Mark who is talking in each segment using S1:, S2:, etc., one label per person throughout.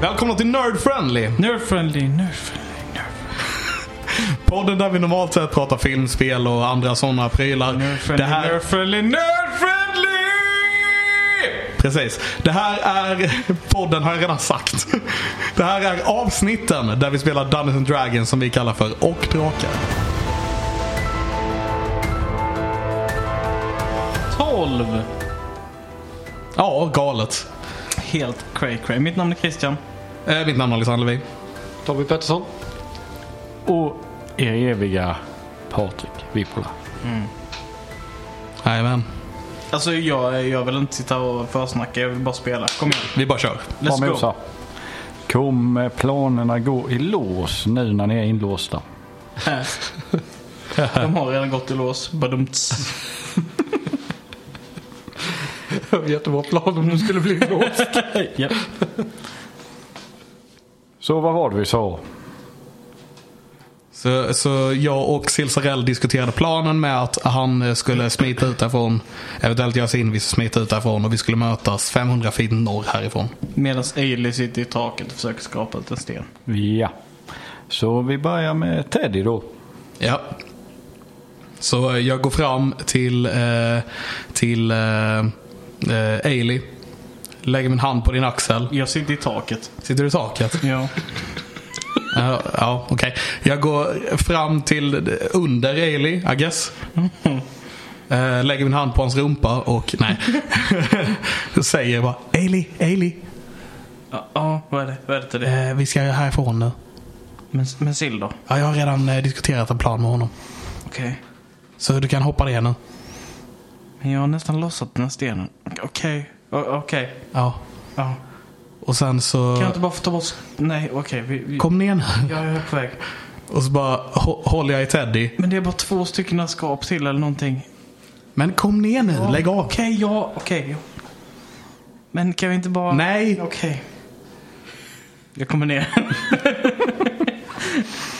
S1: Välkomna till Nerd Friendly!
S2: Nerdfriendly, nerdfriendly, nerdfriendly.
S1: Podden där vi normalt sett pratar filmspel och andra sådana prylar.
S2: Nerdfriendly, nerdfriendly, nerdfriendly!
S1: Precis. Det här är, podden har jag redan sagt. Det här är avsnitten där vi spelar Dungeons and Dragons som vi kallar för Och Drakar.
S2: 12.
S1: Ja, galet.
S2: Helt cray cray. Mitt namn är Christian.
S1: Eh, mitt namn är Alexander Levin.
S3: Tommy Pettersson.
S4: Och er eviga Patrik Vippola.
S1: Jajamän.
S2: Alltså jag, jag vill inte sitta och försnacka, jag vill bara spela. Kom igen,
S1: Vi bara kör.
S4: Bra
S2: let's go.
S4: musa. Kommer planerna gå i lås nu när ni är inlåsta?
S2: De har redan gått i lås. Badumts.
S3: Jättebra plan om du skulle bli låst.
S2: Japp.
S4: Så vad var det vi sa?
S1: Så, så jag och Silsarell diskuterade planen med att han eh, skulle smita ut därifrån. Eventuellt göra sig invis och smita ut därifrån och vi skulle mötas 500 feet norr härifrån.
S2: Medan Ailey sitter i taket och försöker skrapa ut en sten.
S4: Ja. Så vi börjar med Teddy då.
S1: Ja. Så eh, jag går fram till, eh, till eh, eh, Ailey. Lägger min hand på din axel.
S2: Jag sitter i taket.
S1: Sitter du i taket?
S2: Ja.
S1: Ja, ja okej. Jag går fram till eh, under Ailey, I guess. Eh, lägger min hand på hans rumpa och nej. Säger bara Ailey, Ailey.
S2: Ja, ja, vad är det? Vad är det till det?
S1: eh, vi ska härifrån nu.
S2: Men, men sill då?
S1: Ja, jag har redan eh, diskuterat en plan med honom.
S2: Okej.
S1: Så du kan hoppa det nu.
S2: Men jag har nästan lossat den här stenen. Okej. O- Okej.
S1: Ja.
S2: Ja.
S1: Och sen så...
S2: Kan jag inte bara få ta bort... Nej, okej. Vi, vi...
S1: Kom ner nu.
S2: Ja, jag är på väg.
S1: Och så bara hå- håller jag i Teddy.
S2: Men det är bara två stycken här skap till eller någonting.
S1: Men kom ner nu, lägg av.
S2: Okej, ja, okej. ja. Men kan vi inte bara...
S1: Nej,
S2: Okej. Jag kommer ner.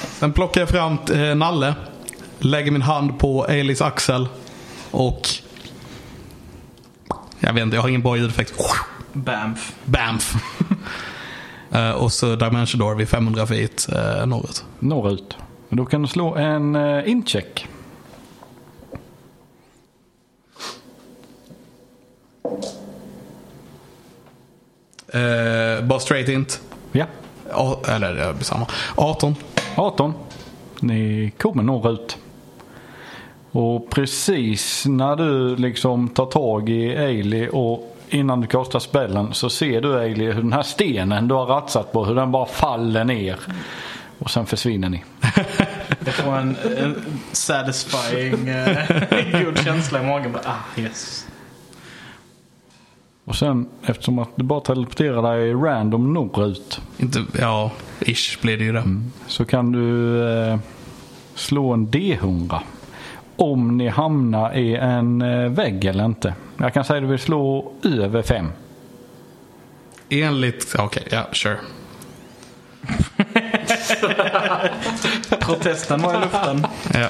S1: sen plockar jag fram eh, Nalle. Lägger min hand på Elis axel. Och... Jag vet inte, jag har ingen bra ljudeffekt.
S2: Bamf.
S1: Bamf. Eh, och så Dimension Door vid 500 feet eh, norrut.
S4: Norrut. Då kan du slå en eh, incheck.
S1: Eh, bara straight int.
S4: Ja.
S1: Ja, eller det blir samma. 18.
S4: 18. Ni kommer norrut. Och precis när du liksom tar tag i Ailey och innan du kastar spällen så ser du Ailey hur den här stenen du har ratsat på hur den bara faller ner. Och sen försvinner ni.
S2: Jag får en, en satisfying, eh, god känsla i magen. Bara, ah, yes.
S4: Och sen eftersom att du bara teleporterar dig random norrut
S1: Inte, ja, ish blir det ju det.
S4: så kan du eh, slå en D100. Om ni hamnar i en eh, vägg eller inte. Jag kan säga att du vill slå över 5.
S1: Enligt, okej, ja, sure.
S2: Protesten var i luften.
S1: Ja.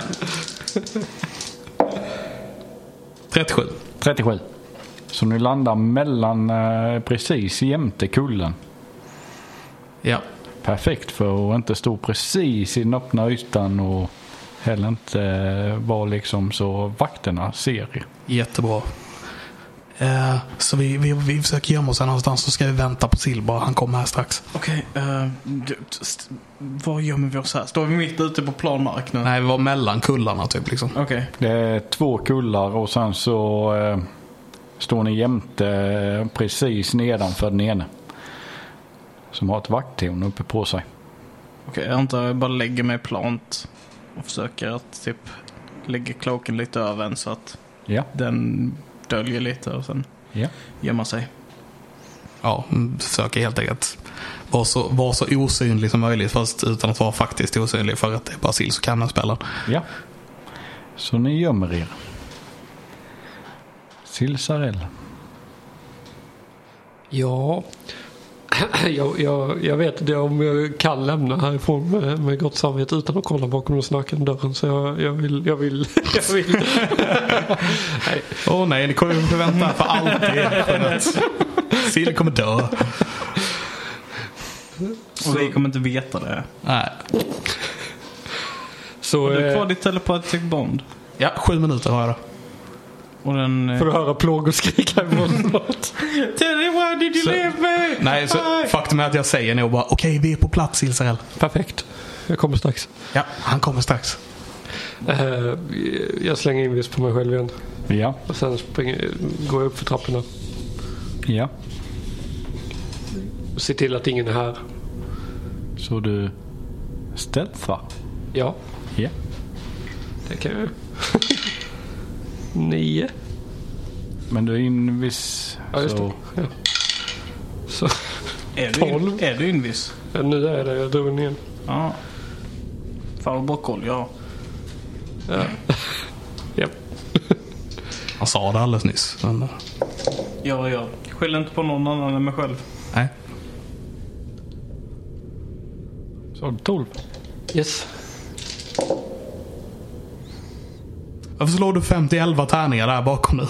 S1: 37.
S4: 37. Så nu landar mellan eh, precis jämte kullen.
S1: Ja.
S4: Perfekt för att inte stå precis i den öppna ytan och heller inte eh, vara liksom så vakterna ser er.
S1: Jättebra. Eh, så vi, vi, vi försöker gömma oss här någonstans så ska vi vänta på Silba. Han kommer här strax.
S2: Okej, eh, du, st- var gömmer vi oss här? Står vi mitt ute på plan mark nu?
S1: Nej, vi var mellan kullarna typ liksom.
S2: Okej.
S4: Det är två kullar och sen så eh, står ni jämte eh, precis nedanför den ene. Som har ett vakttorn uppe på sig.
S2: Okej, jag antar jag bara lägger mig plant och försöker att typ lägga kloken lite över en så att
S4: Ja.
S2: den döljer lite och sen
S4: ja.
S2: gömma sig.
S1: Ja, mm, försöker helt enkelt vara så, vara så osynlig som möjligt. Fast utan att vara faktiskt osynlig för att det är bara Sil som kan den spelen.
S4: Ja. Så ni gömmer er. Silsarell.
S3: Ja. Jag, jag, jag vet inte om jag kan lämna härifrån med, med gott samvete utan att kolla bakom den snarkande dörren. Så jag, jag vill, jag vill, jag vill. Nej,
S1: Åh oh, nej, ni kommer få vänta här för alltid. Sil kommer dö.
S2: Och vi kommer inte veta det.
S1: Nej.
S3: Så,
S2: Har du kvar
S3: eh,
S2: ditt telepathic bond?
S1: Ja, sju minuter har jag då.
S2: Och den... eh,
S3: får du höra plågoskrik härifrån snart.
S2: Tell me why did you
S1: Så-
S2: leave me?
S1: Nej, så
S2: Why?
S1: faktum är att jag säger nog bara okej, vi är på plats Israel.
S3: Perfekt. Jag kommer strax.
S1: Ja, han kommer strax.
S3: Eh, jag slänger invis på mig själv igen.
S4: Ja,
S3: Och sen springer, går jag upp för trapporna.
S4: ja.
S3: Och ser till att ingen är här.
S4: Så du stealthar?
S3: Ja,
S4: Ja.
S3: det kan jag ju. Nio.
S4: Men du är invis.
S3: Ja, just
S4: så...
S3: det. Ja. Så,
S2: Är du, in,
S3: Tolv.
S2: är du invis?
S3: ja, nu är det. Jag drog den igen.
S2: Ja. Fan vad bra koll jag har.
S3: Ja.
S1: Han sa det alldeles nyss. Men, eh,
S2: Ja, jag skyller inte på någon annan än mig själv.
S1: nej.
S4: Så 12.
S3: Yes.
S1: Varför slår du 50-11 tärningar där bakom nu?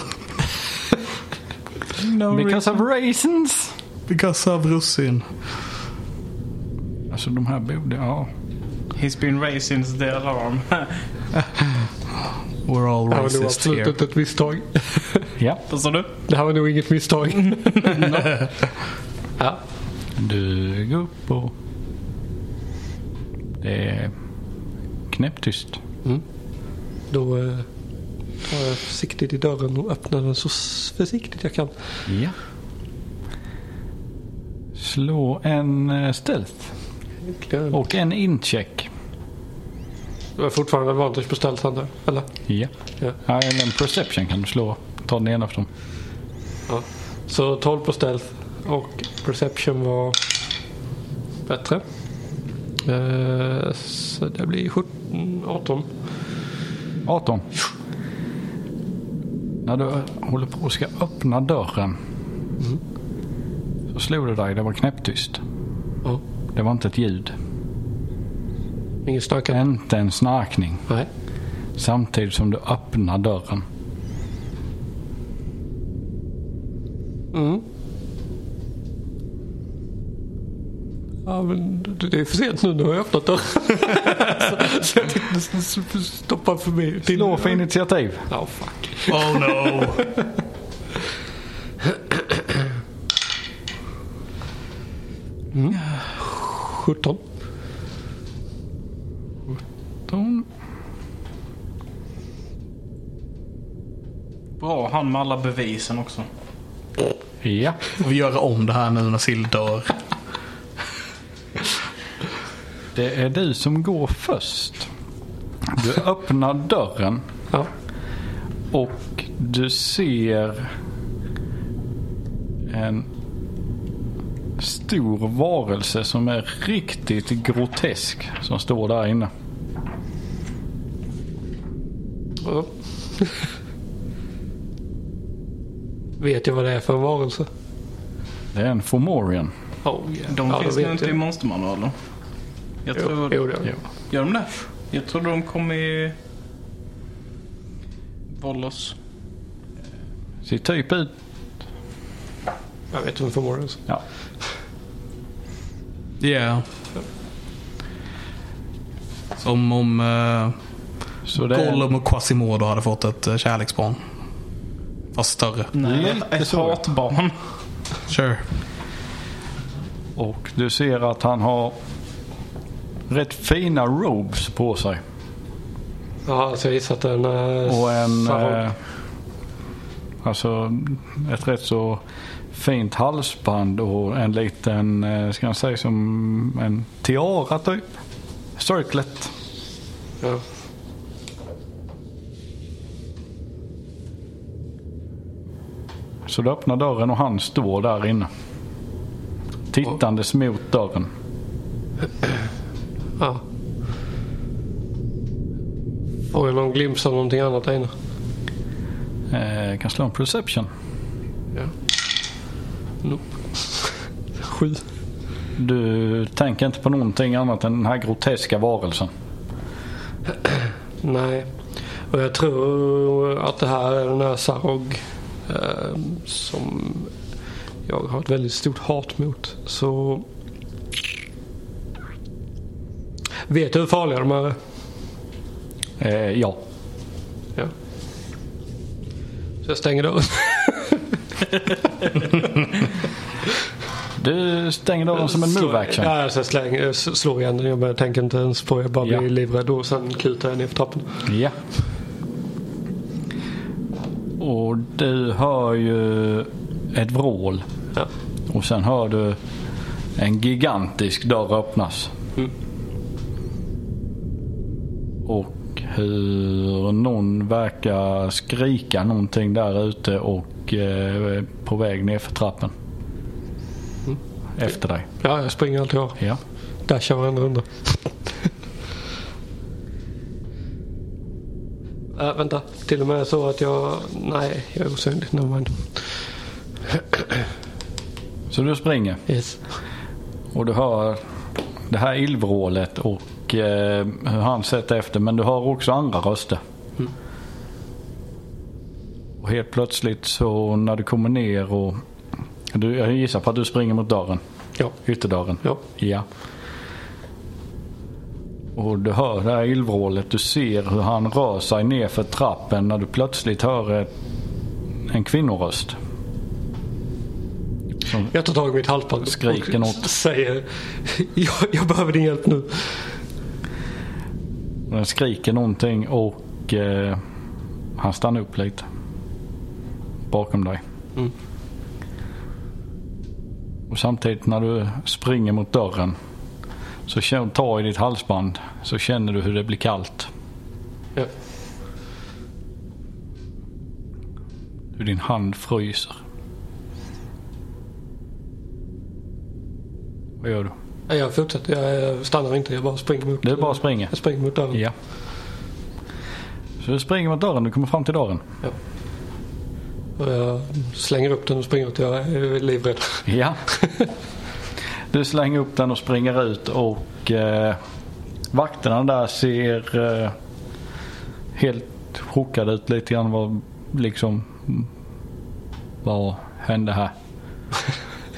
S4: Because of raisins.
S1: Because of russin.
S4: Alltså de här borde, ja.
S2: He's been raised since the alarm.
S1: We're all
S3: Det här var nog
S1: racist
S3: absolut
S1: here.
S3: inte ett misstag.
S4: Ja.
S2: Vad sa du?
S3: Det här var nog inget misstag. ja.
S4: Du går upp och... Det är knäpptyst.
S3: Mm. Då eh, tar jag försiktigt i dörren och öppnar den så s- försiktigt jag kan.
S4: Ja. Slå en eh, stealth
S3: Och
S4: och en incheck.
S3: jag har fortfarande vantage på stealth antar jag, Eller?
S4: Ja.
S3: Ja.
S4: ja. Eller en perception kan du slå. Ta den ena av dem.
S3: Ja. Så 12 på stealth och perception var bättre. Eh, så det blir 17, 18.
S4: 18. När du håller på och ska öppna dörren. Så slog du dig. Det var knäpptyst.
S3: Ja.
S4: Det var inte ett ljud.
S3: Ingen snarkande.
S4: Inte en snarkning.
S3: Nej.
S4: Samtidigt som du öppnar dörren.
S3: Mm. Ja, men det- det är för sent nu. Nu har jag öppnat dörren. så, så jag tänkte s- s- stoppa förbi. din-
S4: Slå för initiativ.
S3: Ja, fuck.
S1: Oh no.
S3: Mm. 17.
S4: 17.
S2: Bra, han med alla bevisen också.
S4: Ja.
S1: Får vi göra om det här nu när Sill dör?
S4: Det är du som går först. Du öppnar dörren
S3: Ja.
S4: och du ser en stor varelse som är riktigt grotesk som står där inne.
S3: ja. vet jag vad det är för en varelse?
S4: Det är en Fomorian.
S3: Oh, yeah.
S2: De
S3: ja, då
S2: finns
S3: vet
S2: nog inte
S3: jag.
S2: i monstermanualen. Jag
S3: Jo,
S2: tror...
S3: jo, det gör
S4: Ja.
S3: jag.
S2: Gör de det? Jag trodde de kom i... Volos.
S4: Ser typ ut...
S3: jag vet inte för varelse.
S4: Ja.
S1: Yeah. Som om eh,
S4: Så det är
S1: Gollum och Quasimodo hade fått ett eh, kärleksbarn. Fast större.
S2: Nej,
S4: Lite
S2: ett
S4: så.
S2: hatbarn.
S1: Sure.
S4: Och du ser att han har rätt fina robes på sig.
S3: Ja, så jag gissar att den är
S4: Och en...
S3: sarong.
S4: Eh, alltså ett rätt så fint halsband och en liten, eh, ska man säga som en tiara typ. Circlet.
S3: Ja.
S4: Så du öppnar dörren och han står där inne. Tittandes mot dörren.
S3: Ja. Får jag någon glimt av någonting annat där inne?
S4: Eh, kan slå en perception.
S3: Ja. Nope. Sju.
S4: Du tänker inte på någonting annat än den här groteska varelsen.
S3: Nej. Och jag tror att det här är den här Sarog eh, som jag har ett väldigt stort hat mot. Så Vet du hur farliga de är?
S4: Eh, ja.
S3: Ja. Så jag stänger dörren.
S4: Du stänger dörren som en move action.
S3: Ja, så jag slänger, jag slår igen den. Jag bara tänker inte ens på. Jag bara
S4: Ja.
S3: blir livrädd och sen kutar jag ner för trappen.
S4: Ja. Och du hör ju ett vrål.
S3: Ja.
S4: Och sen hör du en gigantisk dörr öppnas. Och hur någon verkar skrika någonting där ute och eh, på väg ner för trappen. Efter dig.
S3: ja, jag springer alltid av.
S4: Ja.
S3: Dashar varenda runda. Äh, vänta, till och med så att jag... Nej, jag är osynlig. Nevermind.
S4: Så du springer.
S3: Yes.
S4: Och du hör det här illvrålet och eh, hur han sätter efter. Men du hör också andra röster. Och helt plötsligt så när du kommer ner och du, jag gissar på att du springer mot dörren.
S3: Ja.
S4: Ytterdörren.
S3: Ja.
S4: ja. Och du hör det här illvrålet. Du ser hur han rör sig ner för trappen när du plötsligt hör ett, en kvinnoröst.
S3: Jag tar tag i mitt halsband.
S4: Skriker
S3: och
S4: något.
S3: Säger jag, jag behöver din hjälp nu.
S4: Och Den skriker någonting och eh, han stannar upp lite. Bakom dig. Och samtidigt när du springer mot dörren. Så känn- ta i ditt halsband. Så känner du hur det blir kallt.
S3: Ja.
S4: Hur din hand fryser. Vad gör du?
S3: Nej, Jag fortsätter. Jag, jag stannar inte. Jag bara springer mot...
S4: Du bara springer.
S3: Jag springer mot dörren.
S4: Ja. Så du springer mot dörren. Du kommer fram till dörren.
S3: Och jag slänger upp den och springer ut. Jag är livrädd.
S4: Ja. Du slänger upp den och springer ut och eh, vakterna där ser eh, helt chockade ut lite grann. Vad, liksom, mm, vad hände här?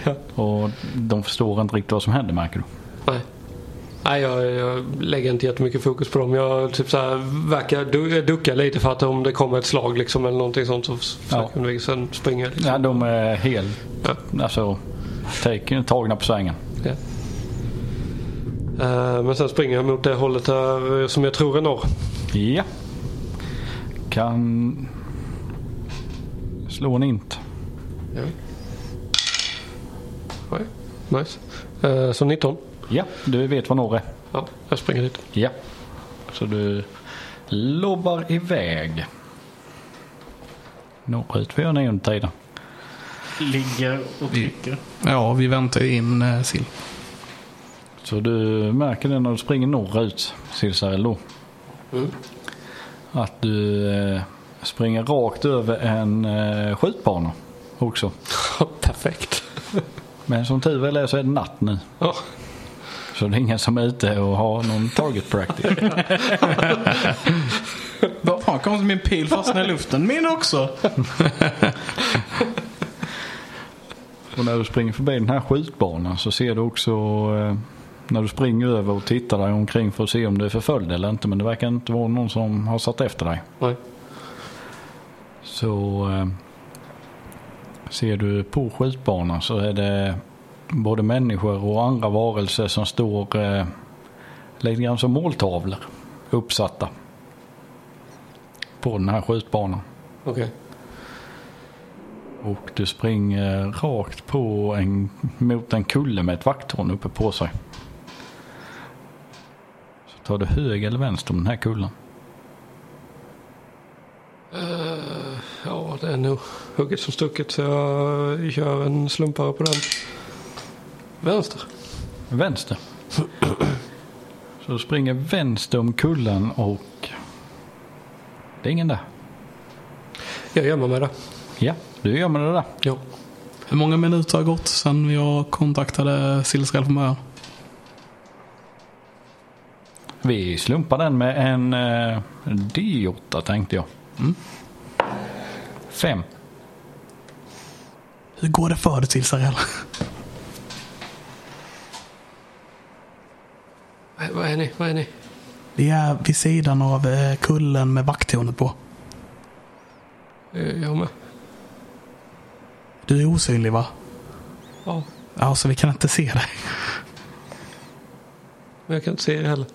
S3: Ja.
S4: Och de förstår inte riktigt vad som hände märker du.
S3: Nej. Nej, jag, jag lägger inte jättemycket fokus på dem. Jag typ så här, verkar du, jag duckar lite för att om det kommer ett slag liksom, eller någonting sånt så försöker
S4: Ja.
S3: jag undvika. Sen springer jag. Liksom.
S4: Ja, de är helt alltså, taken, tagna på sängen.
S3: Ja. Eh, men sen springer jag mot det hållet där, eh, som jag tror är norr.
S4: Ja. Kan slå en int.
S3: Oj, nice. Eh, så 19.
S4: Ja, du vet vad norr är.
S3: Ja, jag springer dit.
S4: Ja. Så du lobbar iväg. Norrut vid ön tiden.
S2: Ligger och trycker.
S1: Ja, vi väntar in eh, sill.
S4: Så du märker det när du springer norrut, Silsarello.
S3: Mm.
S4: Att du eh, springer rakt över en eh, skjutbana också.
S3: Perfekt.
S4: Men som tur väl är så är det natt nu.
S3: Ja.
S4: Så det är ingen som är ute och har någon target practice.
S2: Vad fan kom min pil fastna i luften? Min också!
S4: och när du springer förbi den här skjutbanan så ser du också eh, när du springer över och tittar dig omkring för att se om du är förföljd eller inte. Men det verkar inte vara någon som har satt efter dig.
S3: Nej.
S4: Så eh, ser du på skjutbanan så är det både människor och andra varelser som står eh, lite grann som måltavlor uppsatta på den här skjutbanan.
S3: Okej.
S4: Och du springer rakt på en, mot en kulle med ett vakthorn uppe på sig. Så tar du höger eller vänster om den här kullen.
S3: Ja, det är nog hugget som stucket så jag kör en slumpare på den. Vänster.
S4: Vänster. Så du springer vänster om kullen och det är ingen där.
S3: Jag gömmer mig där.
S4: Ja, du gömmer dig där.
S3: Ja.
S1: Hur många minuter har gått sedan jag kontaktade Silsrell från början?
S4: Vi slumpar den med en eh, D8 tänkte jag. Mm. Fem.
S1: Hur går det för dig Silsrell?
S3: Vad är ni? Vad är ni?
S1: Det är vid sidan av eh, kullen med vakttornet på.
S3: Eh, Jag med.
S1: Du är osynlig va?
S3: Ja,
S1: Ja, så vi kan inte se dig.
S3: men jag kan inte se er heller.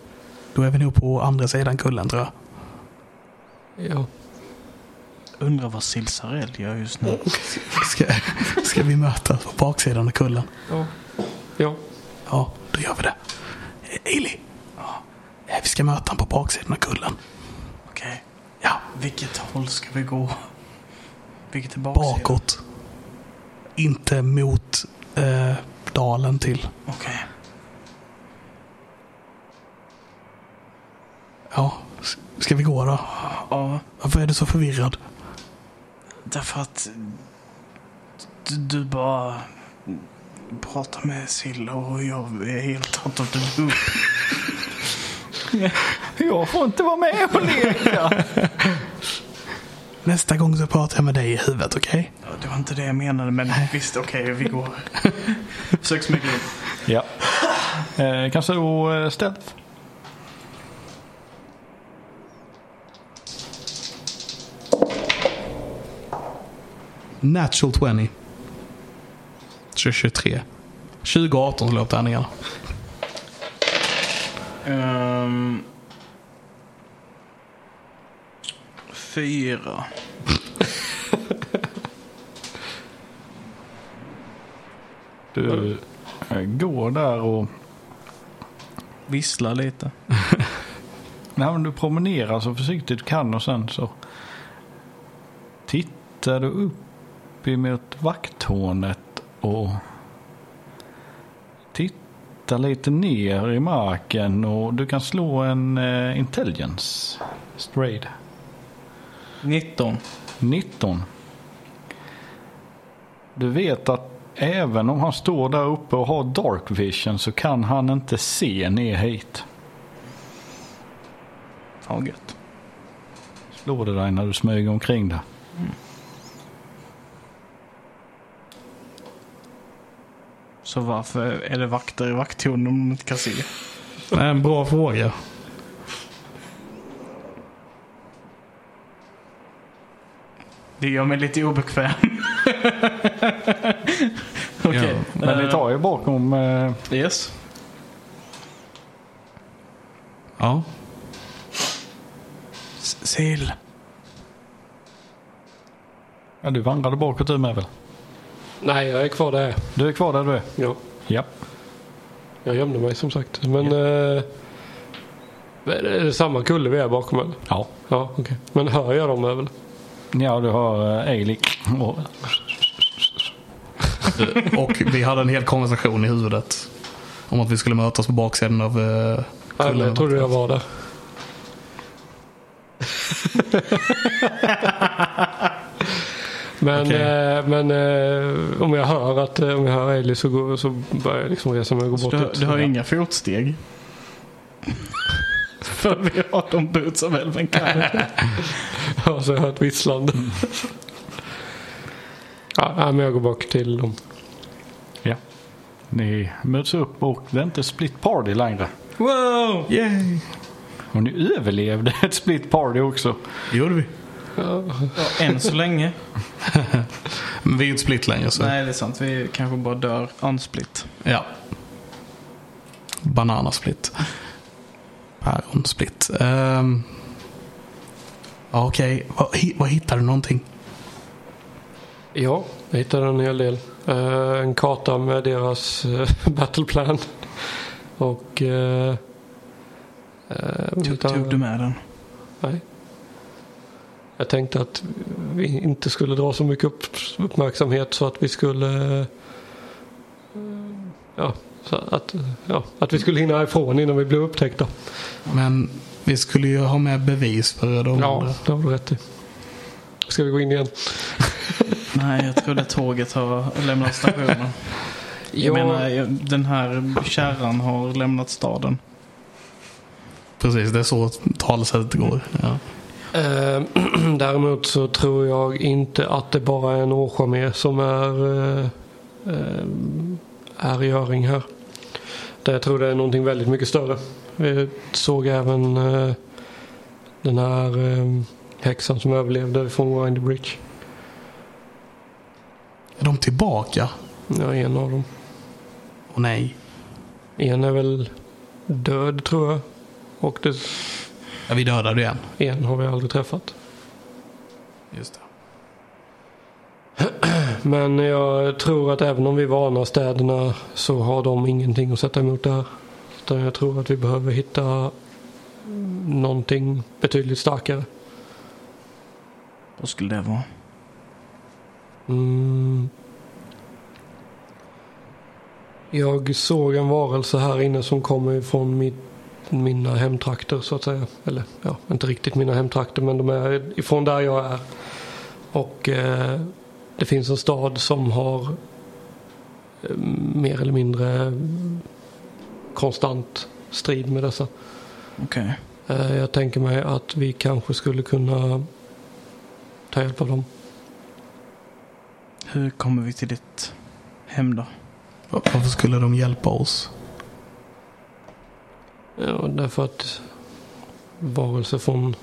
S1: Då är vi nog på andra sidan kullen tror jag.
S3: Ja.
S2: Undrar vad Silsarell gör just nu.
S1: Ska, ska vi mötas på baksidan av kullen?
S3: Ja. Ja.
S1: Ja, då gör vi det. Eh, Eli. Ja. Eh, Vi ska möta honom på baksidan av kullen.
S2: Okej.
S1: Ja,
S2: Vilket håll ska vi gå? Vilket är baksidan?
S1: bakåt. Inte mot eh, dalen till.
S2: Okej.
S1: Ja, s- ska vi gå då?
S2: Ja,
S1: Varför är du så förvirrad?
S2: därför att du, du bara pratar med Silla och jag är helt out of the loop.
S4: Jag får inte vara med och leka.
S1: Nästa gång så pratar jag med dig i huvudet, okej?
S2: Ja, Det var inte det jag menade, men visst okej, vi går. Försök smyga in.
S4: ja. Eh, kan slå eh, stealth.
S1: Natural 20. Så 23. 2018 slår jag upp tärningarna.
S2: Ehm. fyra.
S4: Du eh, går där och
S2: Vissla lite.
S4: Nej, men du promenerar så försiktigt du kan och sen så tittar du upp emot vakthornet och tittar lite ner i marken och du kan slå en eh, intelligence straight
S2: 19.
S4: 19. Du vet att även om han står där uppe och har dark vision så kan han inte se ner hit.
S2: Fan vad gött.
S4: Slår det dig när du smyger omkring där.
S2: Så varför är det vakter i vakttornen om de inte kan se?
S1: Det är en bra fråga.
S2: Det gör mig lite obekväm. Okej.
S1: Ja,
S4: Men ni
S2: eh,
S4: tar ju bakom eh,
S2: Yes.
S1: Ja.
S2: Sill.
S4: Ja, du vandrade bakåt du med väl?
S3: Nej, jag är kvar där.
S4: Du är kvar där du är?
S3: Ja.
S4: Ja.
S3: Jag gömde mig som sagt. Men... Eh, är det samma kulle vi är bakom eller?
S4: Ja.
S3: Ja, okej. Men hör jag dem väl?
S4: Ja, du har eh, Eili. Och,
S1: Och vi hade en hel konversation i huvudet. Om att vi skulle mötas på baksidan av eh,
S3: Nej, men
S1: kullen.
S3: jag trodde jag var där. men
S1: Okej.
S3: eh, men eh, om jag hör att eh, om jag hör Ailey så, går, så börjar jag liksom resa mig och gå
S2: Så
S3: bort.
S2: du,
S3: dit.
S2: du har inga fotsteg? För vi har de boots av elven kan.
S3: Ja, så Alltså, jag hör ett visslande.
S2: Mm.
S3: ja, nej, men jag går bak till dem.
S4: ja. Ni möts upp och det är inte split party längre.
S2: Wow!
S1: Yay!
S4: Och ni överlevde ett split party också.
S1: Det gjorde vi.
S2: Ja, än så länge.
S1: Men vi är ju inte split längre så.
S2: Nej, det är sant. Vi kanske bara dör unsplit.
S1: Ja. Bananasplit. Päronsplit. Um, Okej, vad, hi- vad hittar du någonting?
S3: Ja, jag hittade en hel del. Eh, en karta med deras eh, battleplan. Och... Eh, eh,
S2: Tog,
S3: hittade-
S2: tog du med den?
S3: Nej. Jag tänkte att vi inte skulle dra så mycket upp, uppmärksamhet så att vi skulle... eh, Ja, så att, ja, att vi skulle hinna ifrån innan vi blev upptäckta.
S1: Men vi skulle ju ha med bevis för de andra.
S3: Ja, det har du rätt i. Ska vi gå in igen?
S2: Nej, jag trodde tåget har lämnat stationen. Jag menar, jag- den här kärran har lämnat staden.
S1: Precis, det är så talesättet går. Ja.
S3: Eh, Däremot så tror jag inte att det bara är en årsarmé som är, eh, eh, är i öring här. Det jag tror det är någonting väldigt mycket större. Vi såg även eh, den här eh, häxan som överlevde från Windy Bridge.
S1: Är de tillbaka?
S3: Ja, en av dem.
S1: Åh nej.
S3: En är väl död tror jag. Och det,
S1: Ja, vi dödade en.
S3: en har vi aldrig träffat.
S1: Just det.
S3: Men jag tror att även om vi varnar städerna så har de ingenting att sätta emot där. Utan jag tror att vi behöver hitta någonting betydligt starkare.
S2: Vad skulle det vara?
S3: Mm. Jag såg en varelse här inne som kommer från mitt, mina hemtrakter så att säga. Eller ja, inte riktigt mina hemtrakter men de är ifrån där jag är. Och eh, det finns en stad som har eh, mer eller mindre eh, konstant strid med dessa.
S2: Okej.
S3: Eh, jag tänker mig att vi kanske skulle kunna ta hjälp av dem.
S2: Hur kommer vi till ditt hem då?
S1: Va- Varför skulle de hjälpa oss?
S3: Ja, Eh, därför att varelser från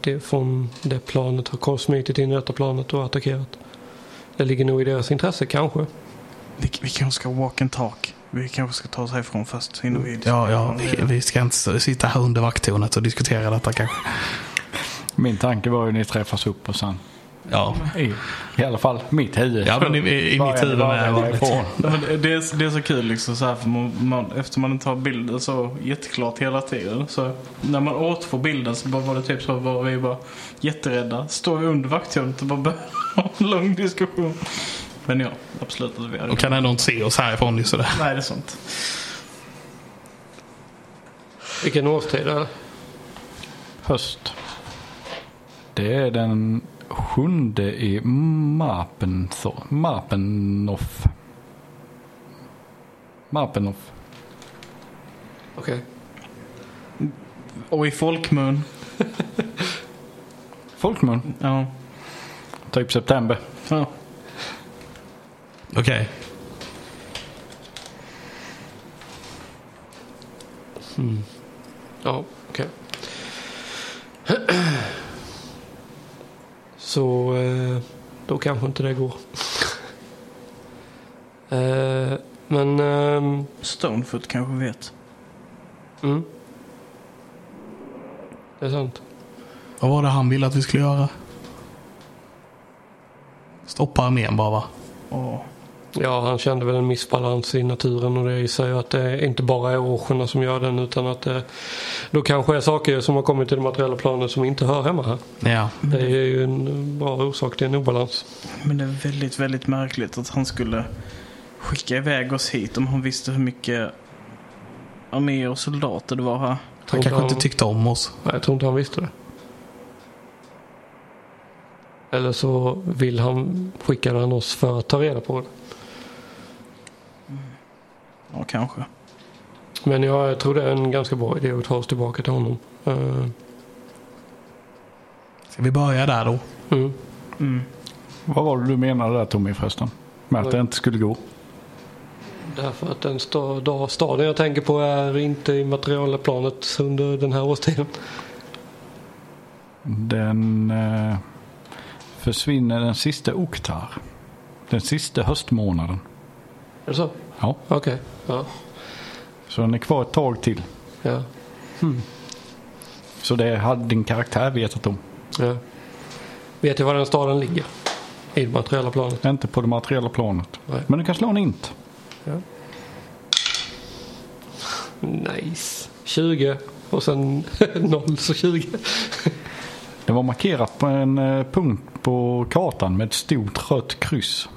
S3: det, från det planet har smitit in i detta planet och attackerat. Det ligger nog i deras intresse kanske.
S2: Vi, vi kanske ska walk and talk. Vi kanske ska ta oss härifrån först innan vi...
S1: Ja, ja, vi, vi ska inte s- sitta här under vakttornet och diskutera detta kanske.
S4: Min tanke var ju att ni träffas upp och sen.
S1: Ja,
S4: I, i alla fall mitt huvud.
S1: ja men i, i, i
S4: Var är
S1: mitt
S4: ni?
S1: huvud
S4: Var
S1: med.
S4: är ni?
S1: vattnet.
S4: Varifrån?
S2: Ja, men det, det är, det är så kul liksom så här för man, man, eftersom man inte har bilden så jätteklart hela tiden. Så när man återfår bilden så bara var det typ så var vi bara jätterädda. Står vi under vakttornet och bara börjar ha en lång diskussion. Men ja, absolut att vi är
S1: De kan ändå inte se oss härifrån. det är Sådär.
S2: Nej, det är sant.
S3: Vilken årstid är det?
S4: Höst. Det är den sjunde i Marpenso- Marpenoff. Marpenoff.
S3: Okej.
S2: Och i folkmun.
S4: Folkmun.
S2: Ja.
S4: Typ september.
S2: ja.
S1: Okej.
S3: Ja, okej. Så eh, då kanske inte det går. Eh, Men... ehm,
S2: Stonefoot kanske vet.
S3: Mm. Det är sant.
S1: Vad var det han ville att vi skulle göra? Stoppa armén bara va?
S2: Åh.
S3: Ja, han kände väl en missbalans i naturen och det gissar jag att det inte bara är orcherna som gör den utan att det då kanske är saker som har kommit till det materiella planet som inte hör hemma här.
S1: Ja.
S3: Det är ju en bra orsak till en obalans.
S2: Men det är väldigt, väldigt märkligt att han skulle skicka iväg oss hit om han visste hur mycket arméer och soldater det var här.
S1: Han
S3: Tror
S1: kanske
S3: han-
S1: inte tyckte om oss.
S3: Nej, jag tror inte han visste det. Eller så vill han, skickade han oss för att ta reda på det.
S2: Ja, kanske.
S3: Men jag tror det är en ganska bra idé att ta oss tillbaka till honom. Eh,
S1: Ska vi börja där då?
S3: mm.
S2: Mm.
S4: Vad var det du menade där Tommy förresten? Med att det inte skulle gå?
S3: Därför att den sta- da- staden jag tänker på är inte i materialplanet under den här årstiden.
S4: Den eh, försvinner den sista oktar. Den sista höstmånaden.
S3: Är det så?
S4: Ja,
S3: Okej. Ja.
S4: så den är kvar ett tag till.
S3: Ja.
S4: Så det hade din karaktär vetat om.
S3: ja. Vet du var den staden ligger? I det materiella planet.
S4: Inte på det materiella planet.
S3: Nej.
S4: Men du kan slå en int.
S3: Nice. 20 och sen 0 så 20.
S4: Det var markerat på en eh, punkt på kartan med ett stort rött kryss.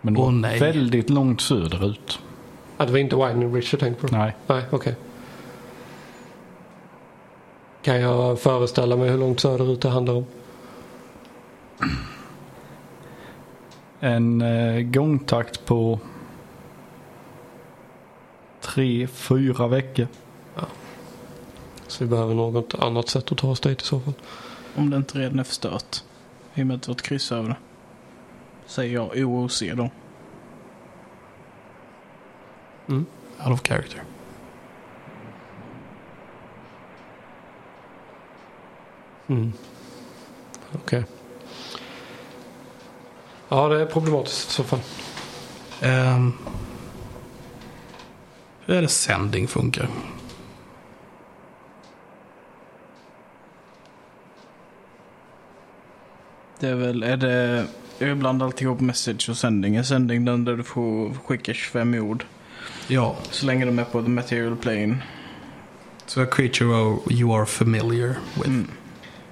S4: Men det
S1: Åh,
S4: var
S1: nej.
S4: väldigt långt söderut.
S3: Att det var inte Wine Rich jag tänkte på.
S4: Nej,
S3: Nej, okej. Kan jag föreställa mig hur långt söderut det handlar om?
S4: en eh, gångtakt på tre, fyra veckor.
S3: Så vi behöver något annat sätt att ta oss dit i så fall.
S2: Om det inte redan är förstört. I och med att det var ett kryss över det. Säger jag OOC då.
S3: Mm.
S1: Out of character.
S3: Mm. Okej. Ja, det är problematiskt i så fall.
S1: Ehm. hur är det sändning funkar?
S2: Det är väl, är det, jag blandar alltihop message och sändning. Är sändning den där du får skicka 25 ord?
S1: Ja,
S2: Så länge de är på the material plane.
S1: så a creature you are familiar with.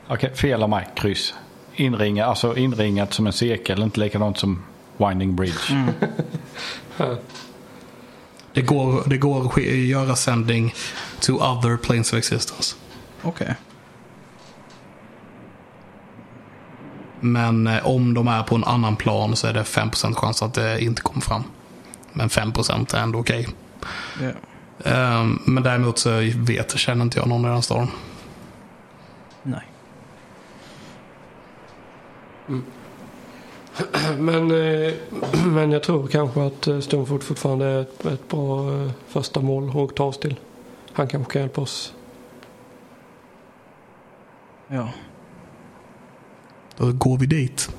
S4: Okej, fel av mig. Kryss. Inringa, alltså inringat som en cirkel, inte likadant som Winding Bridge.
S1: Det går, det går att ske- göra sändning to other planes of existence.
S2: Okej.
S1: Men eh, om de är på en annan plan så är det 5% chans att det inte kommer fram. Men 5% är ändå okej.
S2: Ja.
S1: Ehm, men däremot så vet, känner inte jag någon i den staden.
S2: Nej.
S3: Men, eh, men jag tror kanske att eh, Stormfot fortfarande är ett, ett bra eh, första mål att ta oss till. Han kanske kan hjälpa oss.
S2: Ja.
S1: Då går vi dit.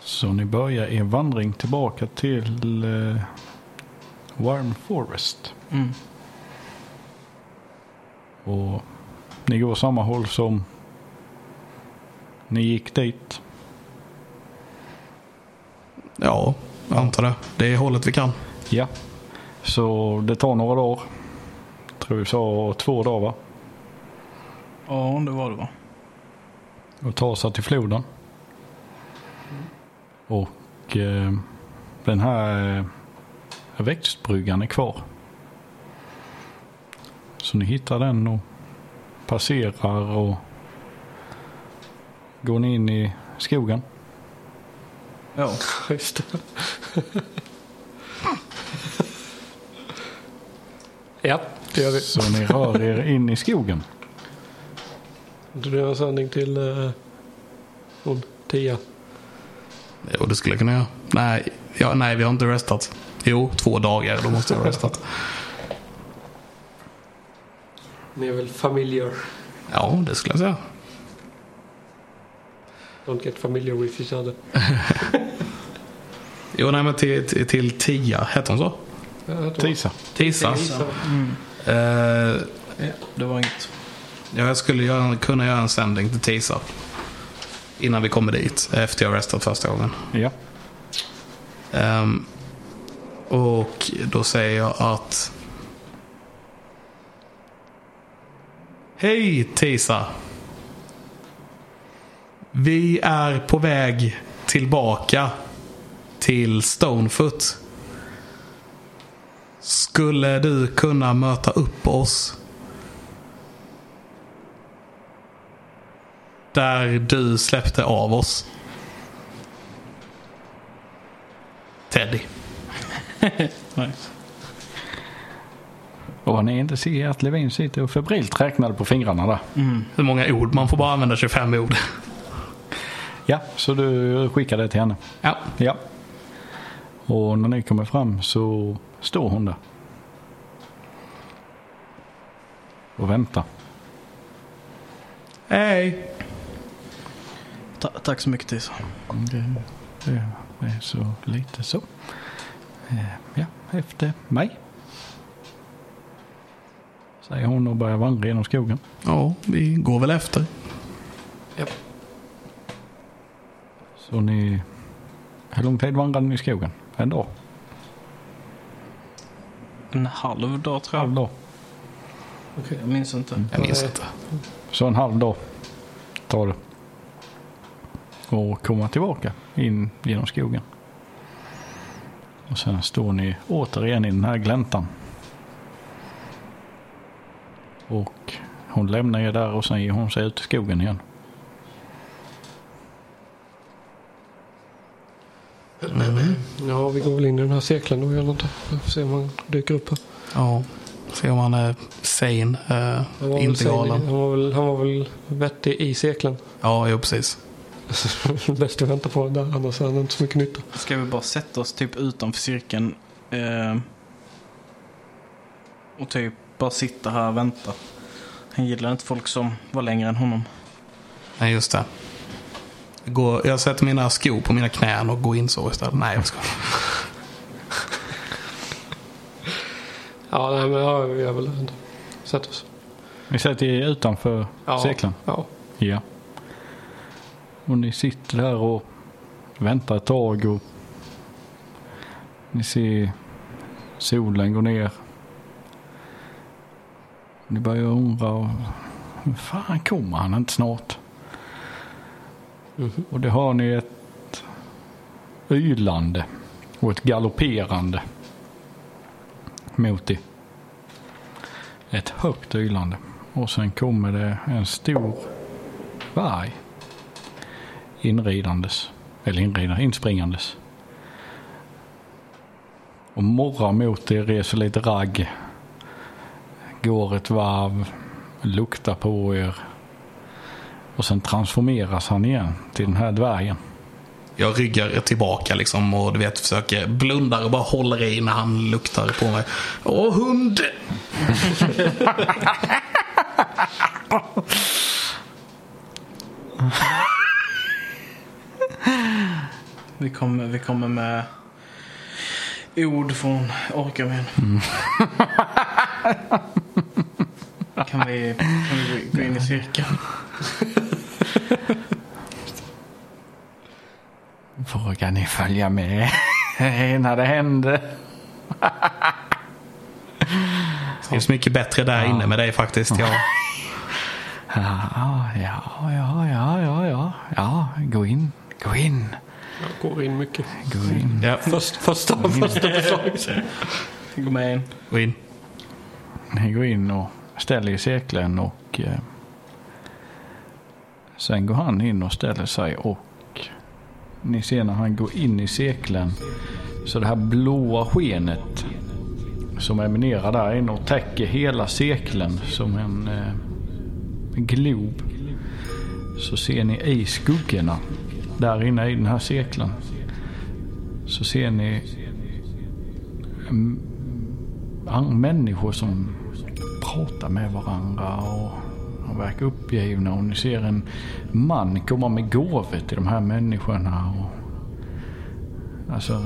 S4: Så ni börjar er vandring tillbaka till eh, Warm Forest.
S2: Mm.
S4: Och ni går samma håll som ni gick dit.
S1: Ja, jag antar det. Det är hållet vi kan.
S4: Ja. Så det tar några dagar. Tror vi sa två dagar va?
S2: Ja, det var det va?
S4: och ta sig till floden. Och eh, den här eh, växtbryggan är kvar. Så ni hittar den och passerar och går ni in i skogen.
S2: Ja.
S3: Just det. ja, det gör vi.
S4: Så ni rör er in i skogen.
S3: Du gör en sändning till eh, hon, Tia.
S1: Jo, det skulle jag kunna göra. Nej, ja, nej vi har inte restat. Jo, två dagar. Då måste jag ha restat.
S3: Ni är väl familjer?
S1: Ja, det skulle jag säga.
S3: Don't get familiar with each other.
S1: Jo, nej men till, till, till Tia. Hette hon så?
S3: Jag tror-
S4: Tisa.
S1: Tisa. Eh,
S2: ja. Det var inget.
S1: Ja, jag skulle göra, kunna göra en sändning till Tisa. Innan vi kommer dit. Efter jag restat första gången.
S4: Ja.
S1: Ehm, och då säger jag att... Hej Tisa! Vi är på väg tillbaka till Stonefoot. Skulle du kunna möta upp oss? Där du släppte av oss. Teddy.
S2: Nice.
S4: Och ni inte ser att Levin sitter och febrilt räknade på fingrarna där.
S3: Mm.
S1: Hur många ord? Man får bara använda 25 ord.
S4: Ja, så du skickar det till henne.
S1: Ja.
S4: Ja. Och när ni kommer fram så står hon där. Och väntar.
S1: Hej!
S2: Ta- tack så mycket Tisa.
S4: Det, är så lite så. Eh, Ja, efter mig. Säger hon och börjar vandra genom skogen.
S1: Ja, vi går väl efter.
S4: Så ni... Hur lång tid vandrade ni i skogen? En dag?
S2: En halv dag tror
S4: Halv
S2: jag.
S4: dag?
S3: Okej.
S2: Jag minns inte.
S1: Jag minns
S3: Nej.
S1: inte.
S4: Så en halv dag tar det. Och komma tillbaka in genom skogen. Och sen står ni återigen i den här gläntan. Och hon lämnar er där och sen ger hon sig ut i skogen igen.
S3: Ja, vi går väl in i den här cirkeln då, gör det inte? Vi får se om han dyker upp här.
S1: Ja. Se om han är sane. eh,
S3: Han var, väl
S1: inte
S3: sen-
S1: galen.
S3: han, var väl, han var väl vettig i cirkeln.
S1: Ja, jo precis.
S3: Bäst att vänta på den där, annars är det inte så mycket nytta.
S2: Ska vi bara sätta oss typ utanför cirkeln? Eh, och typ bara sitta här och vänta. Han gillar inte folk som var längre än honom.
S1: Nej, just det. Jag Går, jag sätter mina skor på mina knän och går in så istället. Nej, jag ska.
S3: Ja, nej, men ja, vi gör väl det. Sätt oss.
S4: Ni sätter er utanför
S3: Ja.
S4: cirkeln?
S3: Ja.
S4: Ja. Och ni sitter där och väntar ett tag och ni ser solen gå ner. Ni börjar undra. och- "Hur Fan, kommer han inte snart?
S3: Mhm.
S4: Och det hör ni ett ylande och ett galopperande mot er. Ett högt ylande. Och sen kommer det en stor varg inridandes. Eller inridande, inspringandes. Och morrar mot er, reser lite ragg. Går ett varv, luktar på er. Och sen transformeras han igen till den här dvärgen.
S1: Jag ryggar tillbaka liksom och du vet försöker blundar och bara håller i när han luktar på mig. Åh hund!
S2: Vi kommer, vi kommer med ord från Orkamen.
S1: Mm.
S2: kan, vi, kan vi gå in i cirkeln?
S4: Vågar ni följa med när det händer?
S1: Det är så mycket bättre där inne med dig faktiskt. Jag,
S4: Ja, ja, ja, ja, ja, ja, ja, gå in, gå in,
S3: Jag går in mycket.
S4: gå in.
S1: jag
S3: Först, första, första förslaget.
S2: Gå med in.
S1: går in.
S4: Ni går in och ställer i cirkeln och eh, sen går han in och ställer sig och ni ser när han går in i cirkeln så det här blåa skenet som eminerar där inne och täcker hela cirkeln som en eh, glob. Så ser ni i skuggorna där inne i den här cirkeln så ser ni an- människor som pratar med varandra och de verkar uppgivna och ni ser en man komma med gåvor till de här människorna. Och, alltså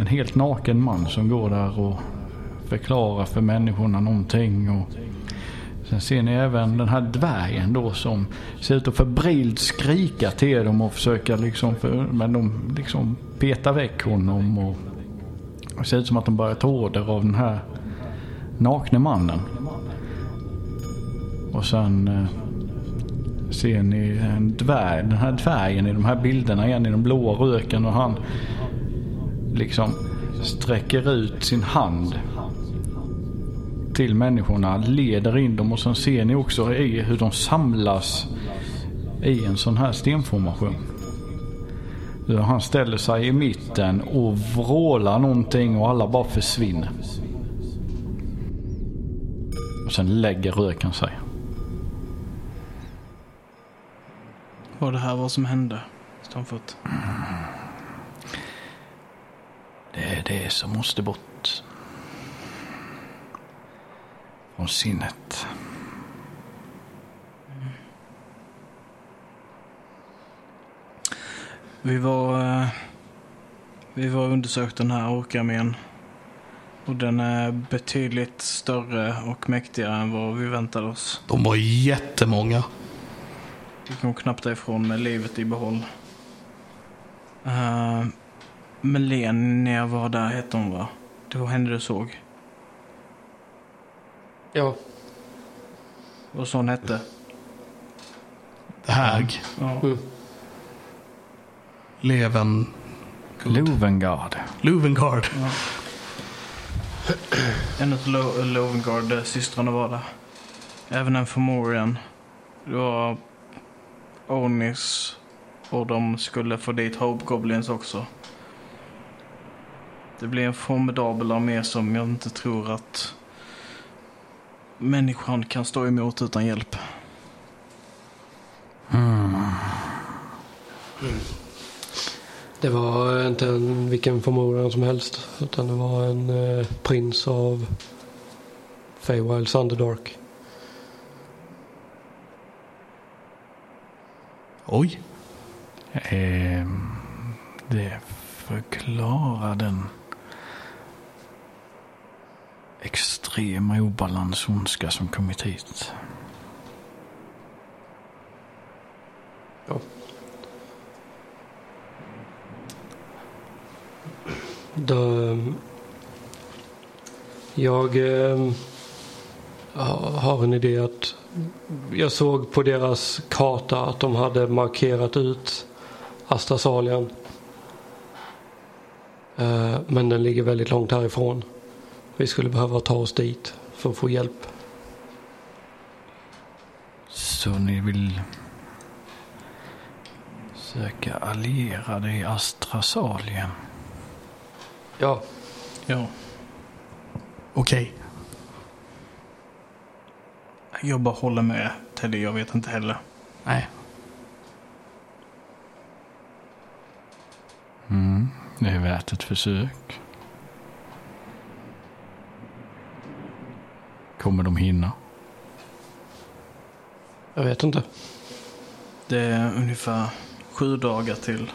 S4: en helt naken man som går där och förklarar för människorna någonting. Och, sen ser ni även den här dvärgen då som ser ut att febrilt skrika till dem och försöka liksom, för, men de liksom petar väck honom. Och, det ser ut som att de börjar ta order av den här nakne mannen. Och sen eh, ser ni en dvärg, den här dvärgen i de här bilderna igen i den blåa röken och han liksom sträcker ut sin hand till människorna, leder in dem och sen ser ni också i hur de samlas i en sån här stenformation. Hur Han ställer sig i mitten och vrålar någonting och alla bara försvinner. Och sen lägger röken sig.
S2: Var det här vad som hände? Stormfoot.
S4: Det är det som måste bort. Från sinnet.
S2: Vi var, eh, vi var och undersökte den här orkarmén. Och den är betydligt större och mäktigare än vad vi väntade oss.
S1: De var jättemånga.
S2: Vi kom knappt därifrån med livet i behåll. Uh, Melania var där, hette hon va? Det var henne du såg.
S3: Ja,
S2: Och så hon hette.
S1: Hög.
S2: Ja.
S3: mm.
S1: Leven.
S4: Lovengard.
S1: Luvengard.
S2: En av Lo- Lovengard-systrarna var där. Även en från Morian. Det var Onis. Och de skulle få dit Hope Goblins också. Det blir en formidabel armé som jag inte tror att människan kan stå emot utan hjälp.
S3: Det var eh, inte en, vilken förmodran som helst. Utan det var en eh, prins av Feywilds Underdark.
S1: Oj.
S4: Ehm, det förklarar den extrema obalans och ondska som kommit hit.
S3: Då, jag eh, ha- har en idé att jag såg på deras karta att de hade markerat ut Astrasalien. Eh, men den ligger väldigt långt härifrån. Vi skulle behöva ta oss dit för att få hjälp.
S4: Så ni vill söka allierade i Astrasalien?
S3: Ja,
S2: Ja.
S1: Okej.
S2: Jag bara håller med Teddy, jag vet inte heller.
S1: Nej.
S4: Mm, det är värt ett försök. Kommer de hinna?
S3: jag vet inte.
S2: Det är ungefär sju dagar till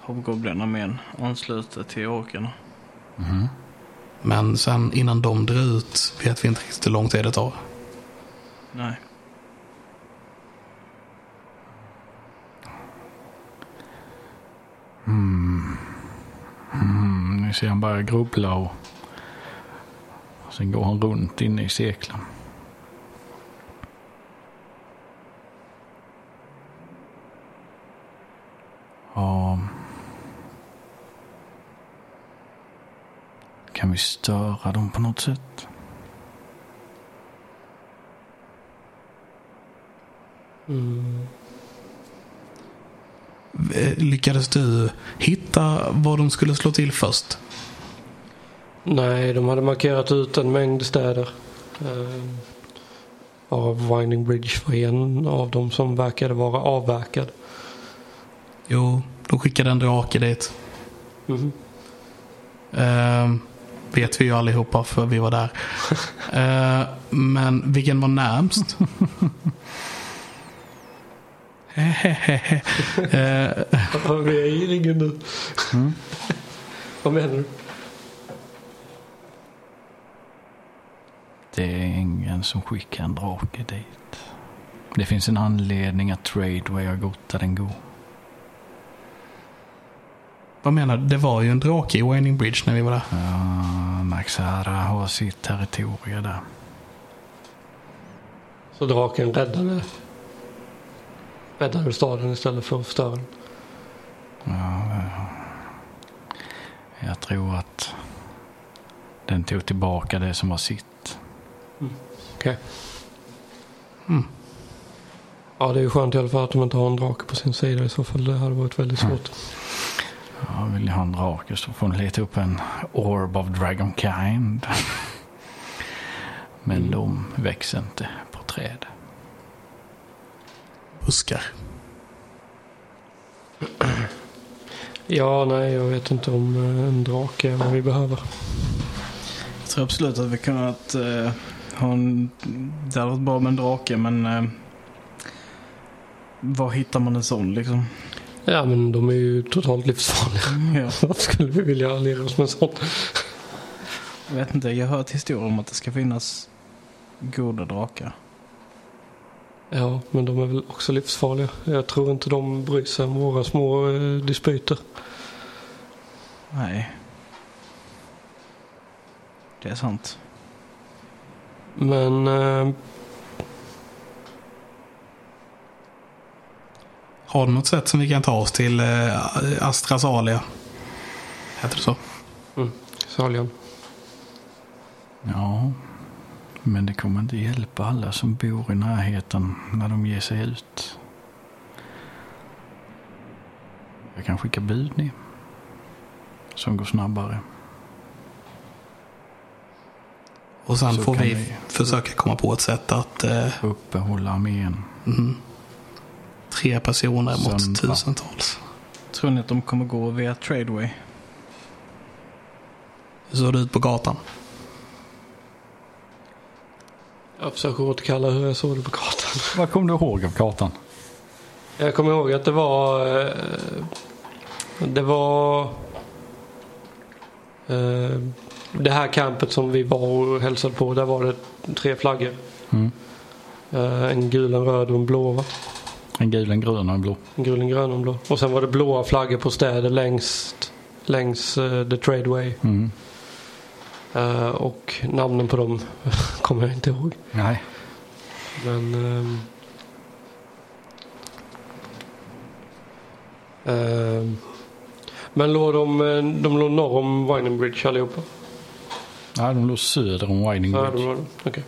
S2: Hobgoblin-armén ansluter till orkerna.
S1: Men sen innan de drar ut vet vi inte riktigt hur lång tid det tar.
S2: Nej.
S4: Mm, ni ser han börjar grubbla och och sen går han runt inne i cirkeln. Ja. Kan vi störa dem på något sätt?
S1: Eh, Lyckades du hitta vad de skulle slå till först?
S3: Nej, de hade markerat ut en mängd städer. Eh, Varav Winding Bridge var en av dem som verkade vara avverkad.
S1: Jo, då skickade en drake dit.
S3: Mhm.
S1: Ehm, vet vi ju allihopa för vi var där. Ehm, men vilken var närmst? Hehehe. Ehm,
S3: Varför är jag i ringen nu? Vad menar du?
S4: Det är ingen som skickar en drake dit. Det finns en anledning att Tradeway har gått där den går.
S1: vad menar du? Det var ju en drake i Waning Bridge när vi var där.
S4: Uh, Maxara har sitt territorium där.
S3: Så draken räddade, räddade staden istället för att förstöra den.
S4: Jag tror att den tog tillbaka det som var sitt.
S3: Okej. Ja, det är ju skönt i alla fall att de inte har en drake på sin sida i så fall. Det hade varit väldigt svårt.
S4: Ja, vill jag ha en drake så får ni leta upp en Orb of Dragonkind. Men de växer inte på träd.
S1: Buskar.
S3: Ja, nej, jag vet inte om eh, en drake är vad vi behöver.
S2: Jag tror absolut att vi kunnat eh, ha en... Det hade varit bra med en drake, men... Eh, var hittar man en sån liksom?
S3: Ja, men de är ju totalt livsfarliga.
S2: Ja,
S3: Varför skulle vi vilja alliera oss med en sån?
S2: jag vet inte, jag har hört historier om att det ska finnas goda drakar.
S3: Ja, men de är väl också livsfarliga. Jag tror inte de bryr sig om våra små eh, dispyter.
S2: Nej. Det är sant.
S3: Men eh,
S1: Har du något sätt som vi kan ta oss till eh, Astrasalia? Heter det så?
S3: Saljan.
S4: Ja, men det kommer inte hjälpa alla som bor i närheten när de ger sig ut. Jag kan skicka bud ner. Som går snabbare.
S1: Och sen
S4: Så
S1: får
S4: kan
S1: vi
S4: vi-
S1: försöka komma på ett sätt att eh,
S4: Uppehålla armén.
S1: tre personer mot
S4: Sömnpapper.
S1: tusentals.
S2: Tror ni att de kommer gå via Tradeway?
S1: Hur såg det ut på gatan?
S3: Jag försöker återkalla hur jag såg det på kartan.
S4: Vad kom du ihåg av kartan?
S3: Jag kommer ihåg att det var... eh, Det var... eh, Det här campet som vi var och hälsade på, där var det tre flaggor.
S4: Mm.
S3: Eh, En gul, en röd och en blå va?
S4: En gul, en grön och en blå.
S3: En gul, en grön och en blå. Och sen var det blåa flaggor på städer längst, längs eh, the tradeway.
S4: Mm.
S3: Eh, Och namnen på dem kommer jag inte ihåg.
S4: Nej.
S3: Men... ehm, ehm, men låg de, eh, de låg norr om Winding Bridge allihopa?
S4: Nej, de låg söder om Winding
S3: Ja, de
S4: Bridge.
S3: låg där. Okej.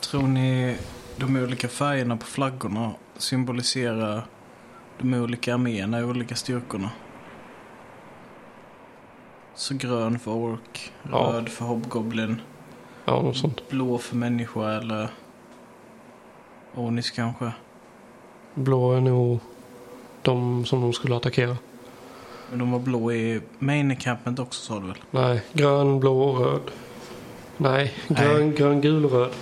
S2: Tror ni de olika färgerna på flaggorna symboliserar de olika arméerna i olika styrkorna? Så grön för ork,
S3: Ja.
S2: röd för hobgoblin,
S3: Ja, något sånt.
S2: blå för människa eller onis kanske.
S3: Blå är nog de som de skulle attackera.
S2: Men de var blå i main encampment också sa du väl?
S3: Nej, grön, blå och röd. Nej, grön, grön, gul, röd.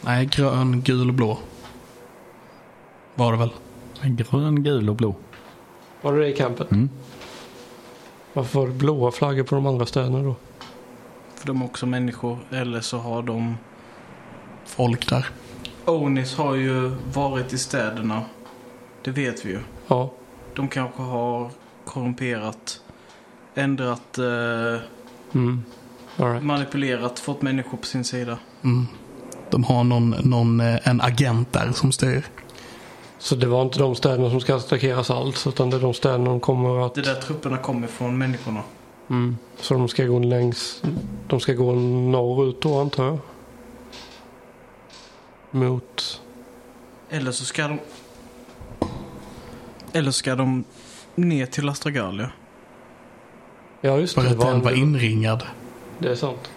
S1: Nej, grön, gul och blå. Var det väl?
S4: En grön, gul och blå.
S3: Var det det i campet?
S4: Mm.
S3: Varför var det blåa flaggor på de andra städerna då?
S2: För de är också människor. Eller så har de...
S1: Folk där.
S2: Onis har ju varit i städerna. Det vet vi ju.
S3: Ja,
S2: De kanske har korrumperat, ändrat, eh,
S3: mm. All right.
S2: manipulerat, fått människor på sin sida.
S1: Mm. De har någon, någon, eh, en agent där som styr.
S3: Så det var inte de städerna som ska attackeras alls utan det är de städerna de kommer att...
S2: Det är där trupperna kommer ifrån, människorna.
S3: Mm. Så de ska gå längs... De ska gå norrut då antar jag. Mot...
S2: Eller så ska de... Eller så ska de ner till Astragalia.
S3: Ja just
S1: För
S3: det. det
S1: att den var
S3: var en...
S1: inringad.
S3: Det är sant.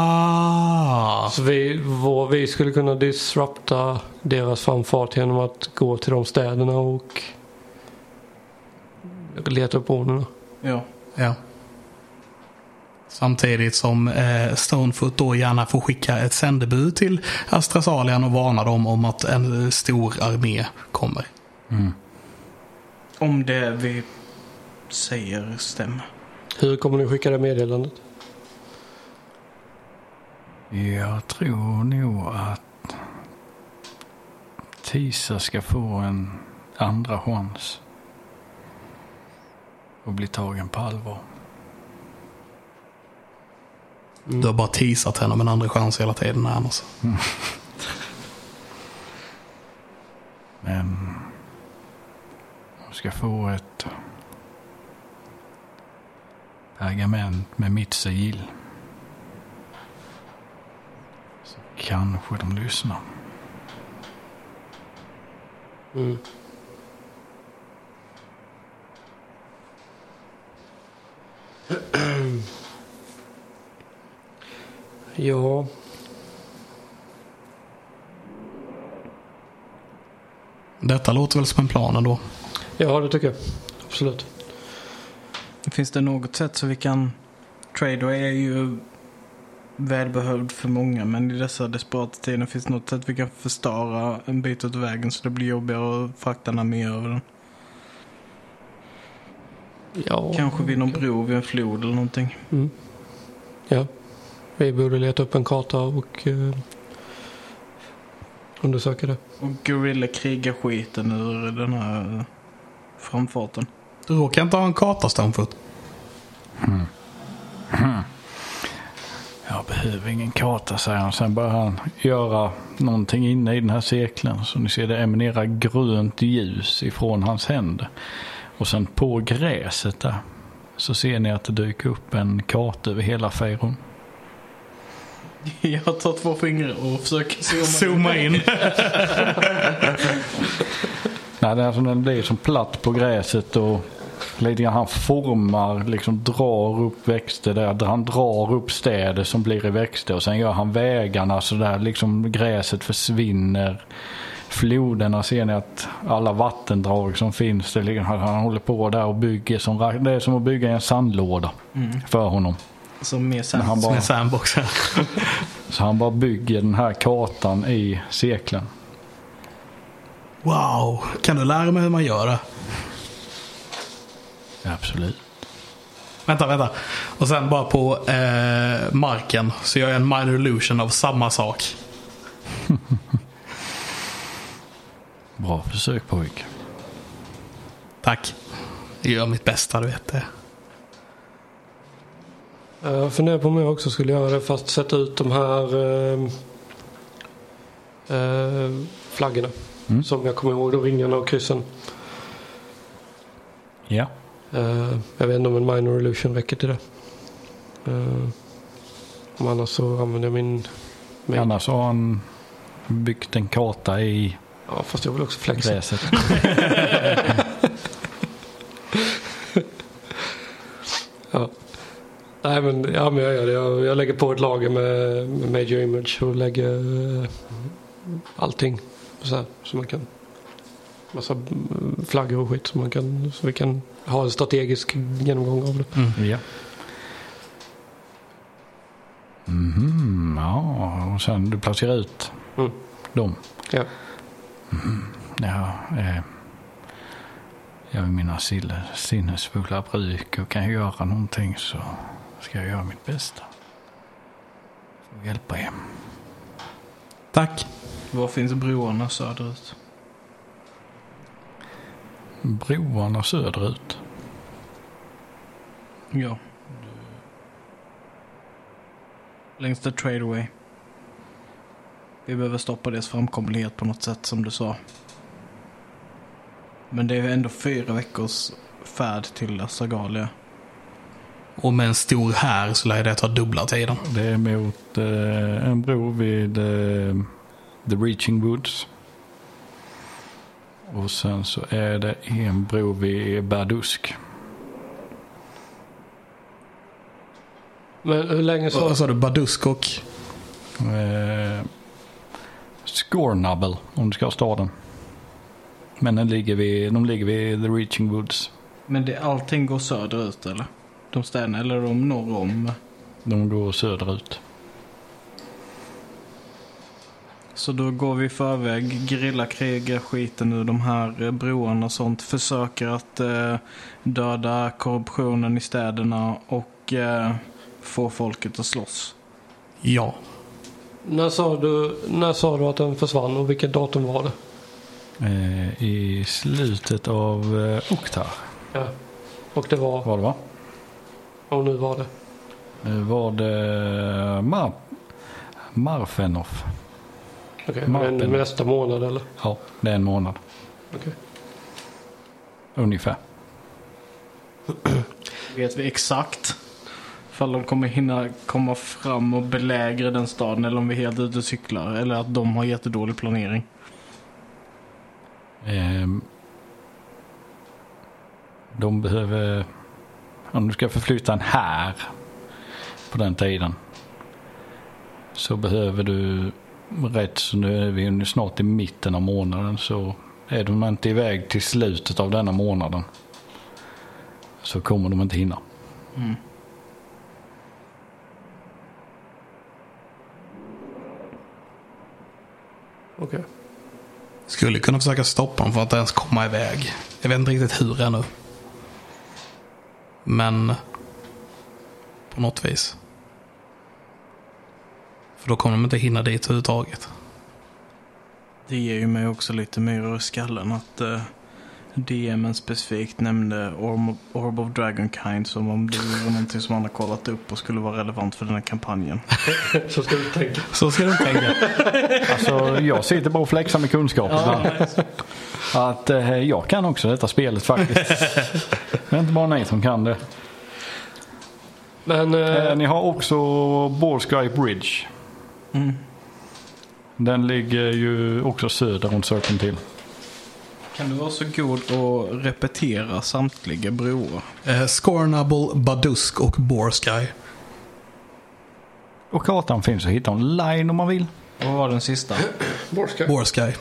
S1: Ah!
S3: Så vi, vår, vi skulle kunna disrupta deras framfart genom att gå till de städerna och leta upp orderna.
S2: Ja.
S1: Ja. Samtidigt som eh, Stonefoot då gärna får skicka ett sändebud till Astrasalian och varna dem om att en eh, stor armé kommer.
S2: Om det vi säger stämmer.
S3: Hur kommer ni skicka det meddelandet?
S4: Jag tror nog att Tisa ska få en andra chans. Och bli tagen på allvar.
S1: Du har bara teasat henne om en andra chans hela tiden annars.
S4: Men hon ska få ett pergament med mitt sigill. Så kanske de lyssnar.
S3: Mm. ja.
S1: Detta låter väl som en plan ändå.
S3: ja, det tycker jag. Absolut.
S2: Finns det något sätt så vi kan... Tradeway är ju välbehövd för många men i dessa desperata tider finns det något sätt vi kan förstöra en bit åt vägen så det blir jobbigare att frakta en armé över den.
S3: Ja.
S2: Kanske vid någon bro vid en flod eller någonting.
S3: Mm. Ja. Vi borde leta upp en karta och eh, undersöka det.
S2: Och Gorilla krigar skiten ur den här eh, framfarten.
S1: Du råkar inte ha en karta Stonefoot?
S4: Jag behöver ingen karta säger han. Sen börjar han göra någonting inne i den här cirkeln. Så ni ser det eminera grönt ljus ifrån hans händer. Och sen på gräset där så ser ni att det dyker upp en karta över hela Fejron.
S2: Jag tar två fingrar och försöker zooma in.
S1: Zooma in.
S4: Nej, det är alltså den blir som platt på gräset och Lite grann, han formar, liksom drar upp växter där. Han drar upp städer som blir i växter. Och sen gör han vägarna så där liksom gräset försvinner. Floderna ser ni att alla vattendrag som finns. Det ligger, han, han håller på där och bygger. Som, ra- det är som att bygga en sandlåda för honom.
S2: Som mer
S4: Men han
S2: sen.
S1: Som
S4: bara,
S1: en sandbox. här.
S4: så han bara bygger den här kartan i cirkeln.
S1: Wow, kan du lära mig hur man gör det?
S4: Absolut.
S1: Vänta, vänta. Och sen bara på eh, marken så gör jag en minor illusion av samma sak.
S4: Bra försök pojk.
S1: Tack. Jag gör mitt bästa, du vet det.
S3: Jag funderar på om jag också skulle göra det fast sätta ut de här eh, eh, flaggorna.
S4: Mm.
S3: Som jag kommer ihåg, då ringarna och kryssen.
S4: Ja.
S3: Eh, jag vet inte om en minor illusion räcker till det. Eh, om annars så använder jag min... min
S4: Annars har han byggt en karta i
S3: ja, fast jag vill också flexa.
S4: gräset.
S3: Ja. Nej men, ja, men jag gör det. Jag, jag lägger på ett lager med, med major image och lägger eh, allting. Så, här, så man kan massa mm, flaggor och skit så, man kan, så vi kan ha en strategisk genomgång av det.
S4: ja. Mhm, ja, och sen du placerar ut
S3: Mm.
S4: dem.
S3: Ja.
S4: Ja, eh, jag med mina sille- sinnesfulla bruk och kan göra någonting så ska jag göra mitt bästa. Får hjälpa er.
S1: Tack.
S2: Var finns broarna söderut?
S4: Broarna söderut.
S2: Ja. Längs the tradeway. Vi behöver stoppa deras framkomlighet på något sätt som du sa. Men det är ändå fyra veckors färd till Asagalia.
S1: Och med en stor här så lär det ta dubbla tiden.
S4: Det är mot eh, en bro vid eh, The Reaching Woods. Och sen så är det en bro vid Berdusk.
S3: Men hur länge så...
S1: Vad sa du? Badusk och...
S4: Eh, Scornable om du ska ha staden. Men den ligger vid, de ligger vid The Reaching Woods.
S2: Men det, allting går söderut eller? De städerna eller de norr om.
S4: De går söderut.
S2: Så då går vi i förväg, grillar, krigar skiten ur de här eh, broarna och sånt. Försöker att eh, döda korruptionen i städerna och eh, få folket att slåss.
S1: Ja.
S3: När, sa du, när sa du att den försvann och vilket datum var det?
S4: Eh, I slutet av eh, Oktar
S3: Ja. Och det var...
S4: var det va?
S3: Och nu var det.
S4: Nu var det eh, Mar- Marfenov.
S3: Okej,
S4: Mappen.
S3: men nästa månad eller?
S4: Ja, det är en månad.
S3: Okej.
S4: Ungefär.
S2: Vet vi exakt? Ifall de kommer hinna komma fram och belägra den staden eller om vi är helt ute och cyklar. Eller att de har jättedålig planering.
S4: Ehm, de behöver... Om du ska förflytta en här på den tiden så behöver du rätt så nu är vi ju snart i mitten av månaden så är de inte iväg till slutet av denna månaden så kommer de inte hinna.
S3: Okej.
S1: Skulle kunna försöka stoppa dem från att ens komma iväg. Jag vet inte riktigt hur ännu. Men... På något vis. För då kommer de inte hinna dit överhuvudtaget.
S2: Det ger ju mig också lite myror i skallen att uh, DMen specifikt nämnde Orm, Orb of Dragonkind som om det vore någonting som han har kollat upp och skulle vara relevant för den här kampanjen.
S3: Så ska du tänka.
S1: Så ska de tänka.
S4: Alltså jag sitter bara och flexar med kunskap ibland. Att eh, jag kan också detta spelet faktiskt. Det är inte bara ni som kan det.
S3: Men...
S4: Eh,
S3: Eh,
S4: ni har också Borsky Bridge. Den ligger ju också söder om Serpentine.
S2: Kan du vara så god och repetera samtliga broar?
S1: Eh, Scornable, Badusk och Borsky.
S4: Och kartan finns att hitta online om man vill.
S2: Vad var den sista?
S3: Borska.
S1: Borsky.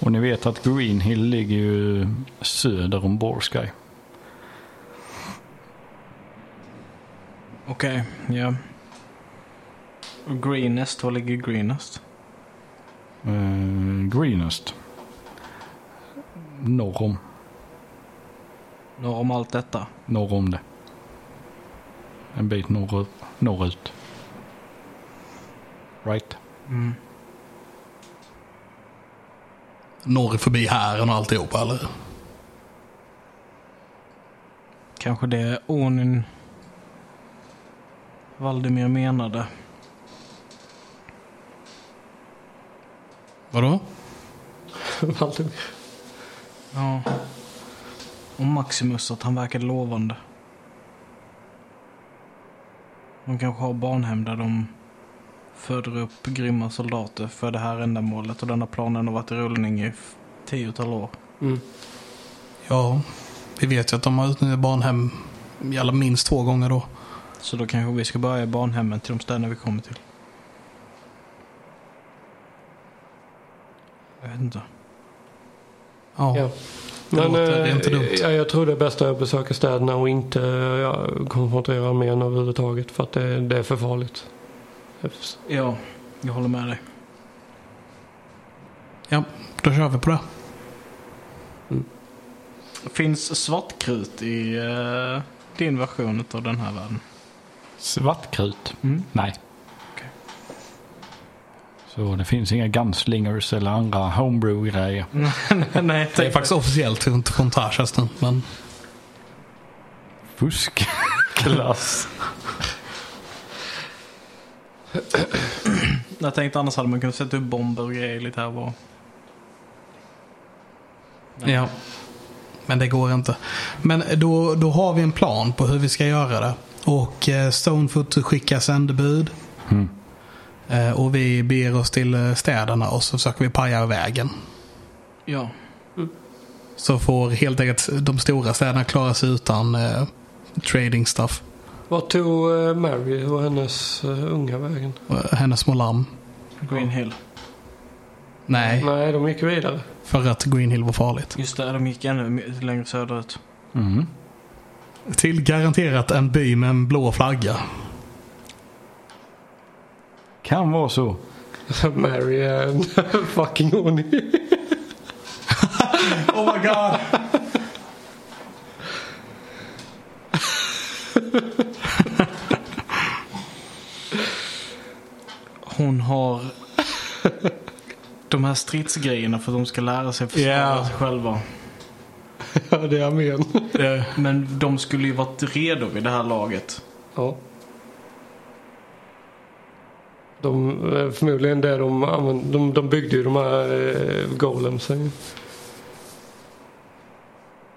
S4: Och ni vet att Green Hill ligger ju söder om Borsky.
S2: Okej, ja. Och Greenest, var ligger Greenest?
S4: Eh, greenest. Norr om.
S2: Norr om allt detta.
S4: Norr om det. En bit norr, norrut. Right.
S1: Norr förbi hären och alltihopa eller?
S2: Kanske det Onin Valdemir menade.
S1: Vadå?
S2: Ja. Och Maximus att han verkade lovande. De kanske har barnhem där de föder upp grymma soldater för det här ändamålet och denna planen har varit i rullning i f- tiotal år.
S3: Mm.
S1: Ja, vi vet ju att de har utnyttjat barnhem i alla minst två gånger då.
S2: Så då kanske vi ska börja i barnhemmen till de städerna vi kommer till. Jag vet inte.
S1: Ja.
S3: Ja.
S1: Det
S3: Men,
S1: låter
S3: eh,
S1: inte dumt.
S3: Jag, jag tror det är bäst att jag besöker städerna och inte ja, konfronterar armén överhuvudtaget för att det, det är för farligt.
S2: Ja, jag håller med dig.
S1: ja, då kör vi på det.
S2: Finns svartkrut i eh, din version av den här världen?
S4: Svartkrut?
S2: Mm.
S4: Nej.
S2: Okej.
S4: Så det finns inga gunslingers eller andra homebrew-grejer.
S2: Nej, jag
S1: Det är
S2: tänkte-
S1: faktiskt officiellt inte från Tarshästen, men
S4: Fusk. Klass.
S2: Jag tänkte annars hade man kunnat sätta upp bomber och grejer lite här var.
S1: ja. Men det går inte. Men då, då har vi en plan på hur vi ska göra det. Och eh, Stonefoot skickar sändebud.
S4: Mm.
S1: Eh, Och vi beger oss till eh, städerna och så försöker vi paja vägen.
S2: Ja.
S1: Så får helt enkelt de stora städerna klara sig utan eh, trading stuff.
S3: Vad tog eh, Mary och hennes eh, unga vägen?
S1: Eh, Hennes små lamm.
S2: Green Hill.
S1: Nej,
S3: Nej, de gick vidare.
S1: för att Green Hill var farligt.
S2: Just det, de gick ännu mer- längre söderut.
S4: Mm.
S1: Till garanterat en by med en blå flagga.
S4: Kan vara så.
S3: Mary är en fucking ordning.
S1: Oh my god!
S2: Hon har de här stridsgrejerna för att de ska lära sig försvara
S1: Ja.
S2: sig själva.
S3: Ja, det är armén.
S2: Men de skulle ju varit redo vid det här laget.
S3: Ja. De, eh, förmodligen det de använde. De, de byggde ju de här eh, golemsen.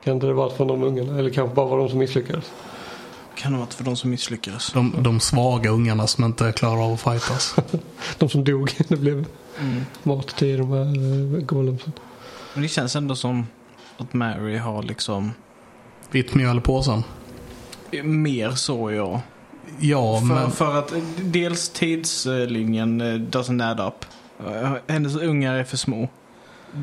S3: Kan inte det varit från de ungarna? Eller kanske bara var de som misslyckades?
S2: Kan ha varit för de som misslyckades.
S1: De, de svaga ungarna som inte klarar av att fightas.
S3: De som dog. Det blev
S2: Mm.
S3: mat till de här eh, golemsen.
S2: Men det känns ändå som att Mary har liksom
S1: Vitt mjöl i påsen.
S2: mer så ja.
S1: Ja,
S2: För,
S1: men...
S2: för att eh, dels tidslinjen eh, doesn't add up. Eh, Hennes ungar är för små.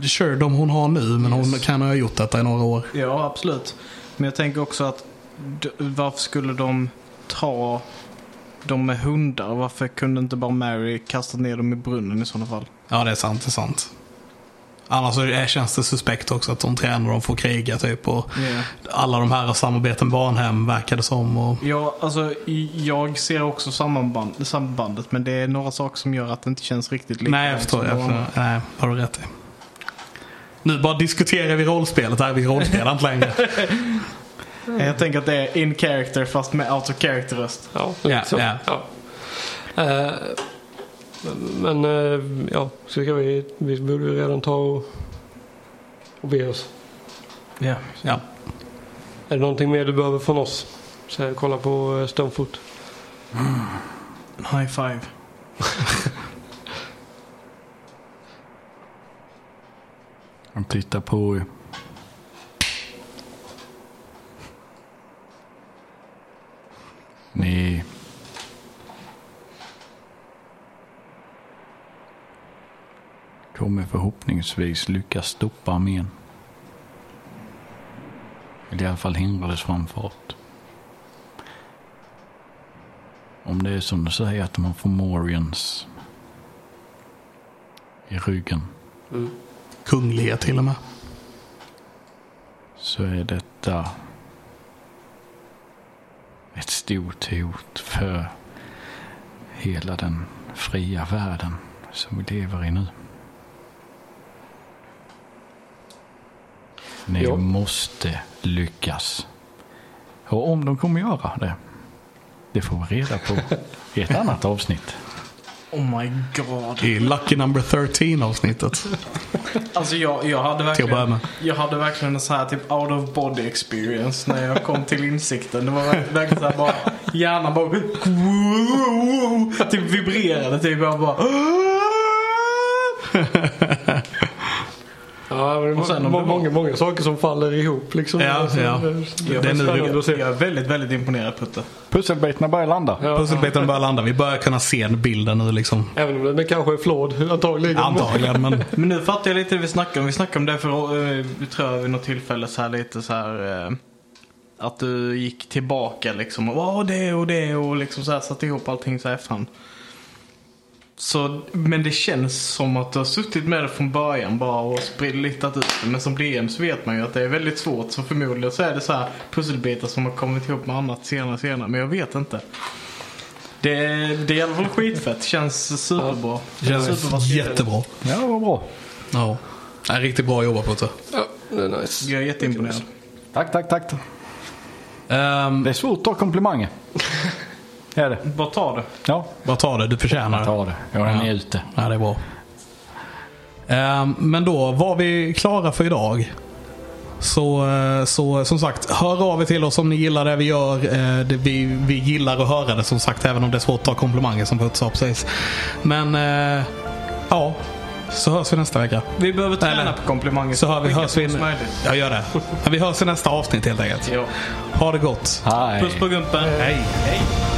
S1: Sure, de hon har nu, men hon
S2: Yes.
S1: kan ha gjort detta i några år.
S2: Ja, absolut. Men jag tänker också att d- varför skulle de ta dem med hundar? Varför kunde inte bara Mary kasta ner dem i brunnen i sådana fall?
S1: Ja, det är sant. Det är sant. Annars så är- känns det suspekt också att de tränar dem för att kriga typ. Och alla de här samarbeten barnhem verkar det som. Och...
S2: Ja, alltså i- jag ser också sammanband, sambandet men det är några saker som gör att det inte känns riktigt lika.
S1: Nej, jag förstår.
S2: som
S1: Jag
S2: de
S1: förstår.
S2: andra.
S1: Nej, har du rätt i. Nu bara diskuterar vi rollspelet här. Vi rollspelar inte längre.
S2: Jag tänker att det är in character fast med out of character röst.
S3: Ja,
S1: Ja,
S3: så.
S1: ja.
S3: ja. Eh, men eh, ja, så ska vi, vi borde ju redan ta och, och be oss.
S2: Ja.
S1: Ja.
S3: Är det någonting mer du behöver från oss? Så här, kolla på eh, Stonefoot.
S2: High five.
S4: tittar på er. Ni... Kommer förhoppningsvis lyckas stoppa armén. Eller i alla fall hindra dess framfart. Om det är som du säger att man får Morians i ryggen.
S1: Kungliga till och med.
S4: så är detta ett stort hot för hela den fria världen som vi lever i nu. Ni
S3: Ja.
S4: måste lyckas. Och om de kommer göra det, det får vi reda på i ett annat avsnitt.
S2: Oh my god.
S1: I Lucky Number 13 avsnittet.
S2: Alltså jag, jag hade verkligen...
S1: börja med.
S2: Jag hade verkligen en sån här typ out of body experience när jag kom till insikten. Det var verk- verkligen såhär bara... Hjärnan bara... Typ vibrerade typ. Jag bara...
S3: Ja, men
S2: Och sen
S3: må,
S2: om det var-
S3: många, många saker som faller ihop liksom.
S1: Ja,
S3: Alltså,
S1: ja. Det
S3: det-
S1: är nu vi-
S3: spännande att se.
S2: Jag är väldigt, väldigt imponerad Putte.
S4: Pusselbitarna börjar landa.
S3: Ja,
S1: Pusselbitarna börjar landa. Vi börjar kunna se bilden nu liksom.
S3: Även om den kanske är flawed antagligen.
S1: Antagligen, men
S2: Men nu fattar jag lite hur vi snackar om. Vi snackade om det för, eh, vi tror jag vid något tillfälle så här lite så här. eh, Att du gick tillbaka liksom. Och "Åh, det och det och liksom så här satte ihop allting så här efterhand. Så, men det känns som att du har suttit med det från början bara och sprillitat ut det. Men som DM så vet man ju att det är väldigt svårt. Så förmodligen så är det så här pusselbitar som har kommit ihop med annat senare senare. Men jag vet inte. Det, det är i alla fall skitfett. Känns superbra.
S1: det känns
S2: Superbra.
S1: jättebra.
S4: Ja, vad bra.
S1: Ja. Det är riktigt bra jobbat Putte.
S3: Ja, det är nice.
S2: Jag är jätteimponerad.
S4: Tack, tack, tack.
S1: Ehm,
S4: Det är svårt att ta komplimanger. är det?
S2: Bara ta det.
S4: Ja,
S1: vad tar det? Du förtjänar det.
S4: ta det. Jag är
S1: Ja.
S4: ute.
S1: Ja, det är bra. Ehm, men då var vi klara för idag. Så, eh, så som sagt, hör av er till oss om ni gillar det vi gör. Eh, Det, vi, vi gillar att höra det som sagt, även om det är svårt att ta komplimanger som Putte sa precis. Men eh, ja, så hörs vi nästa vecka.
S2: Vi behöver träna
S1: Eller-
S2: på komplimanger.
S1: Så hör vi, hörs vi...
S2: Möjligt.
S1: Jag gör det. Men vi hörs i nästa avsnitt helt enkelt.
S2: Ja.
S1: Ha det gott.
S4: Hej.
S2: Puss på gumpen.
S1: Hej.
S2: Hej.